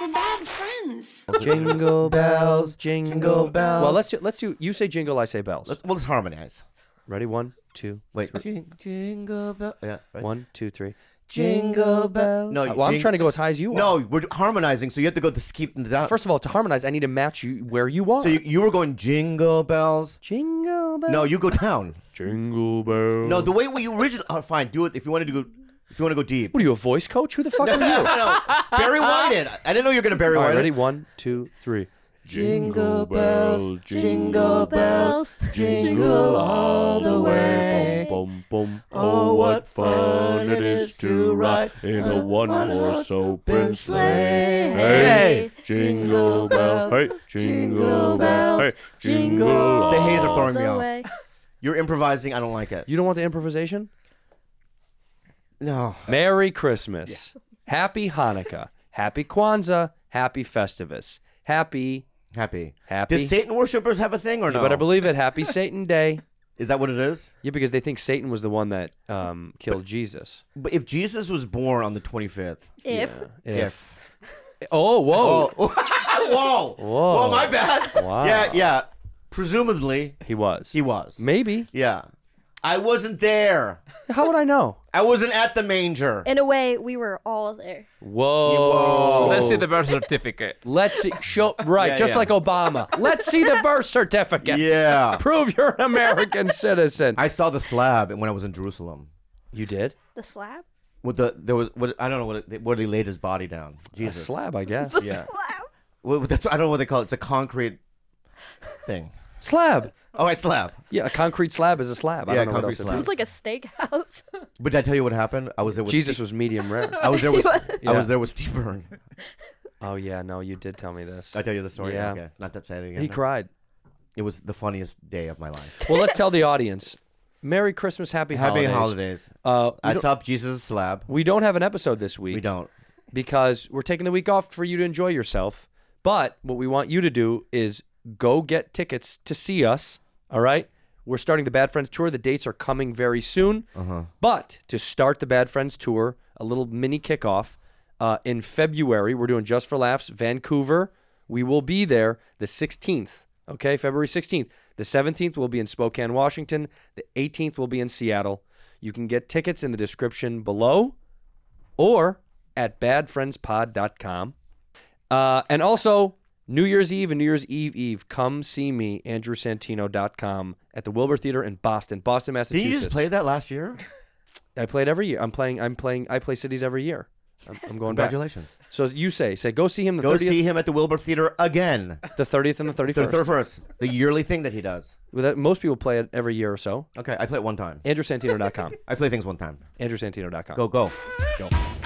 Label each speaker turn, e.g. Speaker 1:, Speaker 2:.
Speaker 1: We're bad friends.
Speaker 2: Jingle bells, jingle,
Speaker 3: Jingle bells.
Speaker 2: Well, let's do, let's do. You say jingle, I say bells.
Speaker 3: Let's well, let's harmonize.
Speaker 2: Ready? One, two,
Speaker 3: Wait, jing, jingle bell. Yeah, right.
Speaker 2: one, two, three.
Speaker 3: Jingle bell. No,
Speaker 2: Uh, well, I'm
Speaker 3: jing-
Speaker 2: trying to go as high as you are.
Speaker 3: No, we're harmonizing, so you have to go to keep them down.
Speaker 2: First of all, to harmonize, I need to match you where you are.
Speaker 3: so you, you were going jingle bells.
Speaker 2: jingle bells.
Speaker 3: No, you go down.
Speaker 2: Jingle bells.
Speaker 3: No, the way we originally. Oh, fine, do it if you wanted to go. If you want to go deep.
Speaker 2: What are you, a voice coach? Who the fuck are
Speaker 3: No,
Speaker 2: you?
Speaker 3: no, Barry White it. I didn't know you were gonna Barry
Speaker 2: All
Speaker 3: White
Speaker 2: right,
Speaker 3: it.
Speaker 2: ready? One, two, three.
Speaker 3: Jingle bells, jingle bells, jingle all the way.
Speaker 4: Bum, bum, bum.
Speaker 3: Oh, what fun it is to ride
Speaker 4: in a one-horse open sleigh.
Speaker 2: Hey.
Speaker 4: Jingle bells, hey, jingle bells, hey, jingle.
Speaker 3: The
Speaker 4: all
Speaker 3: haze are throwing me
Speaker 5: the
Speaker 3: off.
Speaker 5: way.
Speaker 3: You're improvising. I don't like it.
Speaker 2: You don't want the improvisation?
Speaker 3: No.
Speaker 2: Merry Christmas. Happy Hanukkah. Happy Kwanzaa. Happy Festivus. Happy.
Speaker 3: Happy.
Speaker 2: Happy?
Speaker 3: Does Satan worshippers have a thing or
Speaker 2: You
Speaker 3: no?
Speaker 2: better believe it. Happy Satan Day.
Speaker 3: Is that what it is?
Speaker 2: Yeah, because they think Satan was the one that um, killed Jesus.
Speaker 3: But if Jesus was born on the 25th.
Speaker 5: If
Speaker 3: If.
Speaker 2: Oh, whoa.
Speaker 3: Oh. Whoa.
Speaker 2: Whoa.
Speaker 3: Whoa, my bad.
Speaker 2: Wow.
Speaker 3: Yeah, yeah. Presumably,
Speaker 2: He was.
Speaker 3: he was.
Speaker 2: Maybe.
Speaker 3: Yeah. I wasn't there.
Speaker 2: How would I know?
Speaker 3: I wasn't at the manger.
Speaker 5: in a way we were all there.
Speaker 2: Whoa.
Speaker 3: Whoa.
Speaker 6: Let's see the birth certificate.
Speaker 2: Let's see. Show, right,
Speaker 3: Yeah,
Speaker 2: just
Speaker 3: yeah.
Speaker 2: like Obama. Let's see the birth certificate.
Speaker 3: Yeah.
Speaker 2: Prove you're an American citizen.
Speaker 3: I saw the slab when I was in Jerusalem.
Speaker 2: you did?
Speaker 5: The slab.
Speaker 3: With the there was what I don't know what it, where they laid his body down.
Speaker 2: A
Speaker 3: Jesus.
Speaker 2: slab, I guess.
Speaker 5: The
Speaker 3: Yeah.
Speaker 5: slab.
Speaker 3: Well, that's I don't know what they call it. It's a concrete thing.
Speaker 2: Slab.
Speaker 3: Oh, it's slab.
Speaker 2: Yeah, a concrete slab is a slab. I
Speaker 3: Yeah,
Speaker 2: don't know what
Speaker 3: concrete
Speaker 2: else it
Speaker 3: slab.
Speaker 2: is.
Speaker 5: It's like a steakhouse.
Speaker 3: But did I tell you what happened? I was there with
Speaker 2: Jesus
Speaker 3: Steve-
Speaker 2: was medium rare.
Speaker 3: I was there with I
Speaker 2: Yeah.
Speaker 3: was there with Steve Byrne.
Speaker 2: Oh yeah, no, you did tell me this.
Speaker 3: I tell you the story.
Speaker 2: Yeah.
Speaker 3: Okay. Not that sad again.
Speaker 2: He cried.
Speaker 3: It was the funniest day of my life.
Speaker 2: Well, let's tell the audience. Merry Christmas, happy,
Speaker 3: Happy
Speaker 2: holidays.
Speaker 3: holidays.
Speaker 2: Uh, we,
Speaker 3: I
Speaker 2: don't,
Speaker 3: saw Jesus' slab.
Speaker 2: we don't have an episode this week
Speaker 3: We don't.
Speaker 2: because we're taking the week off for you to enjoy yourself. But what we want you to do is go get tickets to see us. All right, we're starting the Bad Friends tour. The dates are coming very soon. But to start the Bad Friends tour, a little mini kickoff uh, in February. We're doing Just for Laughs, Vancouver. We will be there the 16th, okay, February 16th. The 17th will be in Spokane, Washington. The 18th will be in Seattle. You can get tickets in the description below or at badfriendspod.com. Uh, and also, New Year's Eve and New Year's Eve Eve, come see me, andrewsantino.com, at the Wilbur Theater in Boston, Boston,
Speaker 3: Did
Speaker 2: Massachusetts.
Speaker 3: you just play that last year?
Speaker 2: I play it every year. I'm playing. I'm playing. I play cities every year. I'm, I'm going back.
Speaker 3: Congratulations.
Speaker 2: So you say, say, go see him the
Speaker 3: Go
Speaker 2: 30th,
Speaker 3: see him at the Wilbur Theater again.
Speaker 2: the 30th and the 31st.
Speaker 3: The third first. The yearly thing that he does.
Speaker 2: Well, that- most people play it every year or so.
Speaker 3: Okay, I play it one time.
Speaker 2: AndrewSantino.com.
Speaker 3: I play things one time.
Speaker 2: AndrewSantino.com.
Speaker 3: Go, go.
Speaker 2: Go.